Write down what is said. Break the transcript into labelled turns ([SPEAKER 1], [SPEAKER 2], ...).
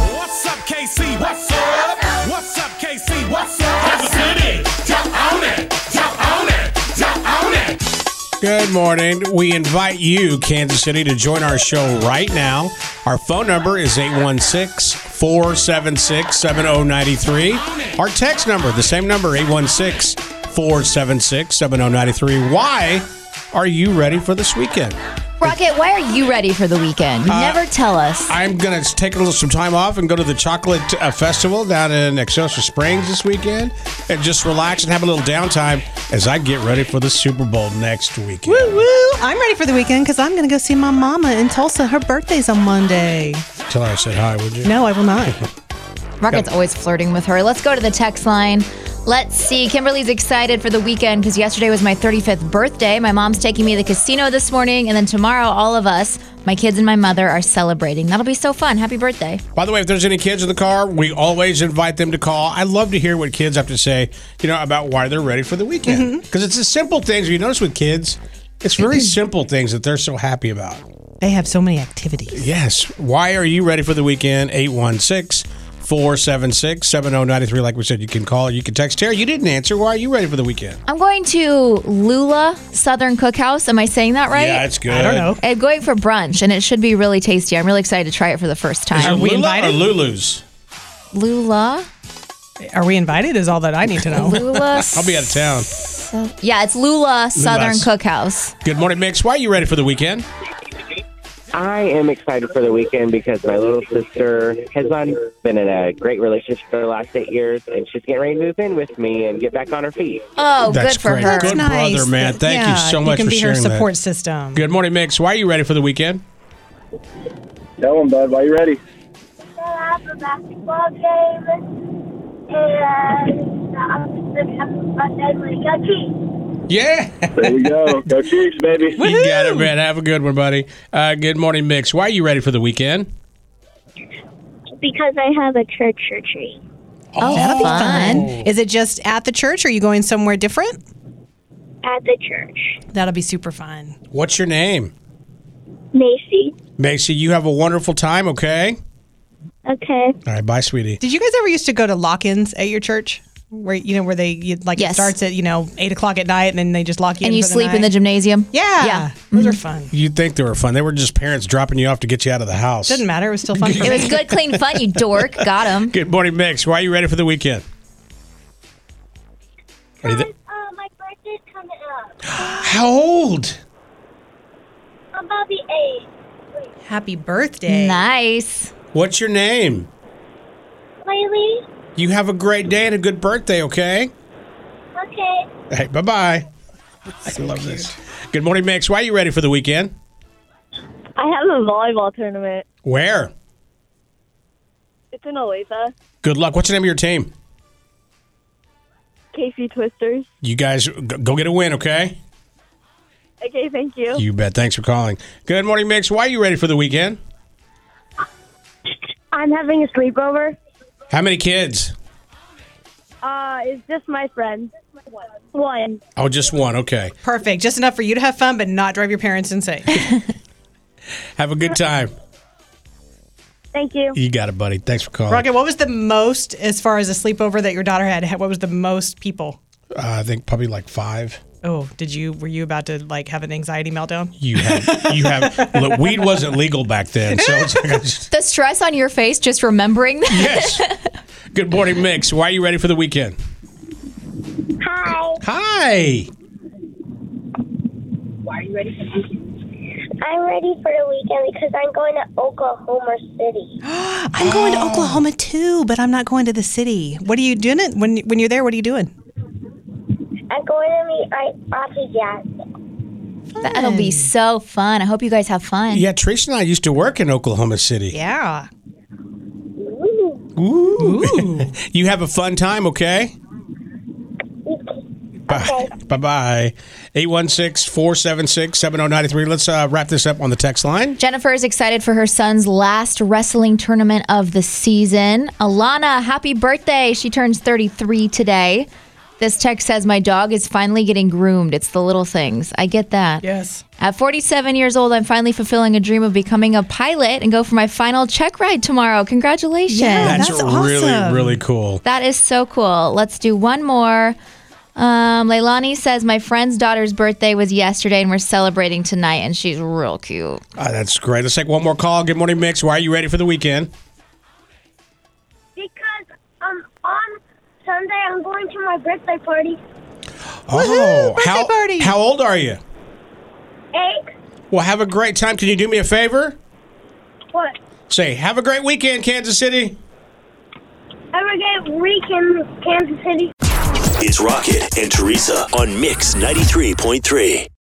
[SPEAKER 1] What's up, KC? What's up? What's up, KC? What's up? Kansas City, jump on it, jump on it, jump on it.
[SPEAKER 2] Good morning. We invite you, Kansas City, to join our show right now. Our phone number is 816 476 7093. Our text number, the same number, 816 476 7093. Why are you ready for this weekend?
[SPEAKER 3] Rocket, why are you ready for the weekend?
[SPEAKER 2] Uh,
[SPEAKER 3] You never tell us.
[SPEAKER 2] I'm going to take a little some time off and go to the chocolate uh, festival down in Excelsior Springs this weekend and just relax and have a little downtime as I get ready for the Super Bowl next weekend.
[SPEAKER 4] Woo woo! I'm ready for the weekend because I'm going to go see my mama in Tulsa. Her birthday's on Monday.
[SPEAKER 2] Tell her I said hi, would you?
[SPEAKER 4] No, I will not.
[SPEAKER 3] Rocket's always flirting with her. Let's go to the text line. Let's see. Kimberly's excited for the weekend because yesterday was my 35th birthday. My mom's taking me to the casino this morning, and then tomorrow, all of us, my kids and my mother, are celebrating. That'll be so fun. Happy birthday.
[SPEAKER 2] By the way, if there's any kids in the car, we always invite them to call. I love to hear what kids have to say, you know, about why they're ready for the weekend. Because it's the simple things you notice with kids. It's very simple things that they're so happy about.
[SPEAKER 4] they have so many activities.
[SPEAKER 2] Yes. Why are you ready for the weekend? 816 476 7093. Like we said, you can call, you can text. Terry, you didn't answer. Why are you ready for the weekend?
[SPEAKER 3] I'm going to Lula Southern Cookhouse. Am I saying that right?
[SPEAKER 2] Yeah, it's good.
[SPEAKER 4] I don't know.
[SPEAKER 3] I'm going for brunch, and it should be really tasty. I'm really excited to try it for the first
[SPEAKER 2] Are
[SPEAKER 3] time.
[SPEAKER 4] we
[SPEAKER 2] Lula
[SPEAKER 4] invited?
[SPEAKER 2] Or Lulu's?
[SPEAKER 3] Lula?
[SPEAKER 4] Are we invited? Is all that I need to know.
[SPEAKER 3] Lula?
[SPEAKER 2] I'll be out of town.
[SPEAKER 3] yeah, it's Lula Southern
[SPEAKER 2] Lula's.
[SPEAKER 3] Cookhouse.
[SPEAKER 2] Good morning, Mix. Why are you ready for the weekend?
[SPEAKER 5] I am excited for the weekend because my little sister has not been in a great relationship for the last eight years, and she's getting ready to move in with me and get back on her feet.
[SPEAKER 3] Oh,
[SPEAKER 2] That's
[SPEAKER 3] good for
[SPEAKER 2] great.
[SPEAKER 3] her.
[SPEAKER 2] Good brother, man. Thank you so much
[SPEAKER 4] You can
[SPEAKER 2] for
[SPEAKER 4] be her
[SPEAKER 2] sharing that.
[SPEAKER 4] support system.
[SPEAKER 2] Good morning, Mix. Why are you ready for the weekend?
[SPEAKER 6] Tell him, bud. Why you ready?
[SPEAKER 7] I have a basketball game, uh, and I'm going to have a fun day with Yucky.
[SPEAKER 2] Yeah.
[SPEAKER 6] There we go. go Chiefs, baby.
[SPEAKER 2] You got it, man. Have a good one, buddy. Uh, good morning, Mix. Why are you ready for the weekend?
[SPEAKER 7] Because I have a church retreat.
[SPEAKER 3] Oh,
[SPEAKER 4] That'll be
[SPEAKER 3] fun.
[SPEAKER 4] fun. Is it just at the church? Or are you going somewhere different?
[SPEAKER 7] At the church.
[SPEAKER 4] That'll be super fun.
[SPEAKER 2] What's your name?
[SPEAKER 7] Macy.
[SPEAKER 2] Macy, you have a wonderful time, okay?
[SPEAKER 7] Okay.
[SPEAKER 2] All right, bye, sweetie.
[SPEAKER 4] Did you guys ever used to go to lock-ins at your church? Where you know where they you, like
[SPEAKER 3] Yes.
[SPEAKER 4] it starts at you know eight o'clock at night and then they just lock you
[SPEAKER 3] And
[SPEAKER 4] in
[SPEAKER 3] you
[SPEAKER 4] for
[SPEAKER 3] sleep in the
[SPEAKER 4] night?
[SPEAKER 3] gymnasium?
[SPEAKER 4] Yeah,
[SPEAKER 3] Yeah.
[SPEAKER 4] those are fun.
[SPEAKER 2] You'd think they were fun. They were just parents dropping you off to get you out of the house.
[SPEAKER 4] Doesn't matter. It was still fun. For
[SPEAKER 3] It
[SPEAKER 4] me.
[SPEAKER 3] was good, clean fun, you dork. Got him.
[SPEAKER 2] Good morning, Mix. Why are you ready for the weekend? Are you th-
[SPEAKER 7] uh, my birthday's coming up.
[SPEAKER 2] How old?
[SPEAKER 7] I'm about the eight.
[SPEAKER 4] Happy birthday.
[SPEAKER 3] Nice.
[SPEAKER 2] What's your name?
[SPEAKER 7] Laylee?
[SPEAKER 2] You have a great day and a good birthday, okay?
[SPEAKER 7] Okay.
[SPEAKER 2] Hey, bye bye. I love this. Good morning, Mix. Why are you ready for the weekend?
[SPEAKER 7] I have a volleyball tournament.
[SPEAKER 2] Where?
[SPEAKER 7] It's in Olathe.
[SPEAKER 2] Good luck. What's the name of your team?
[SPEAKER 7] Casey Twisters.
[SPEAKER 2] You guys g- go get a win, okay?
[SPEAKER 7] Okay, thank you.
[SPEAKER 2] You bet. Thanks for calling. Good morning, Mix. Why are you ready for the weekend?
[SPEAKER 7] I'm having a sleepover.
[SPEAKER 2] How many kids?
[SPEAKER 7] Uh, it's just my friend. One.
[SPEAKER 2] Oh, just one. Okay.
[SPEAKER 4] Perfect. Just enough for you to have fun, but not drive your parents insane.
[SPEAKER 2] Have a good time.
[SPEAKER 7] Thank you.
[SPEAKER 2] You got it, buddy. Thanks for calling.
[SPEAKER 4] Rocket, what was the most as far as a sleepover that your daughter had? What was the most people?
[SPEAKER 2] Uh, I think probably like five.
[SPEAKER 4] Oh, did you were you about to like have an anxiety meltdown?
[SPEAKER 2] You have, you have. Look, weed wasn't legal back then, so it's like I just-
[SPEAKER 3] The stress on your face just remembering that.
[SPEAKER 2] yes. Good morning, Mix. Why are you ready for the weekend?
[SPEAKER 7] Hi.
[SPEAKER 2] Hi.
[SPEAKER 7] I'm ready for the weekend because I'm going to Oklahoma City.
[SPEAKER 4] I'm going to Oklahoma too, but I'm not going to the city. What are you doing it when when you're there? What are you doing?
[SPEAKER 7] I'm going to meet my Auntie Jackson.
[SPEAKER 3] That'll be so fun. I hope you guys have fun.
[SPEAKER 2] Yeah, Trish and I used to work in Oklahoma City.
[SPEAKER 4] Yeah.
[SPEAKER 2] Ooh. you have a fun time, okay? Bye. Bye bye. 816 476 7093. Let's uh, wrap this up on the text line.
[SPEAKER 3] Jennifer is excited for her son's last wrestling tournament of the season. Alana, happy birthday. She turns 33 today. This text says, My dog is finally getting groomed. It's the little things. I get that.
[SPEAKER 8] Yes.
[SPEAKER 3] At 47 years old, I'm finally fulfilling a dream of becoming a pilot and go for my final check ride tomorrow. Congratulations.
[SPEAKER 4] Yeah.
[SPEAKER 2] That's,
[SPEAKER 4] Oh, That's
[SPEAKER 2] really,
[SPEAKER 4] awesome.
[SPEAKER 2] really cool.
[SPEAKER 3] That is so cool. Let's do one more. Um, Leilani says, My friend's daughter's birthday was yesterday and we're celebrating tonight, and she's real cute.
[SPEAKER 2] Ah, that's great. Let's take one more call. Good morning, Mix. Why are you ready for the weekend?
[SPEAKER 7] Because um, on Sunday, I'm going to my birthday party.
[SPEAKER 2] Oh,
[SPEAKER 4] birthday
[SPEAKER 2] how,
[SPEAKER 4] party.
[SPEAKER 2] how old are you?
[SPEAKER 7] Egg?
[SPEAKER 2] Well, have a great time. Can you do me a favor?
[SPEAKER 7] What?
[SPEAKER 2] Say, have a great weekend, Kansas City.
[SPEAKER 7] Have a great week in Kansas City.
[SPEAKER 9] It's Rocket and Teresa on Mix 93.3.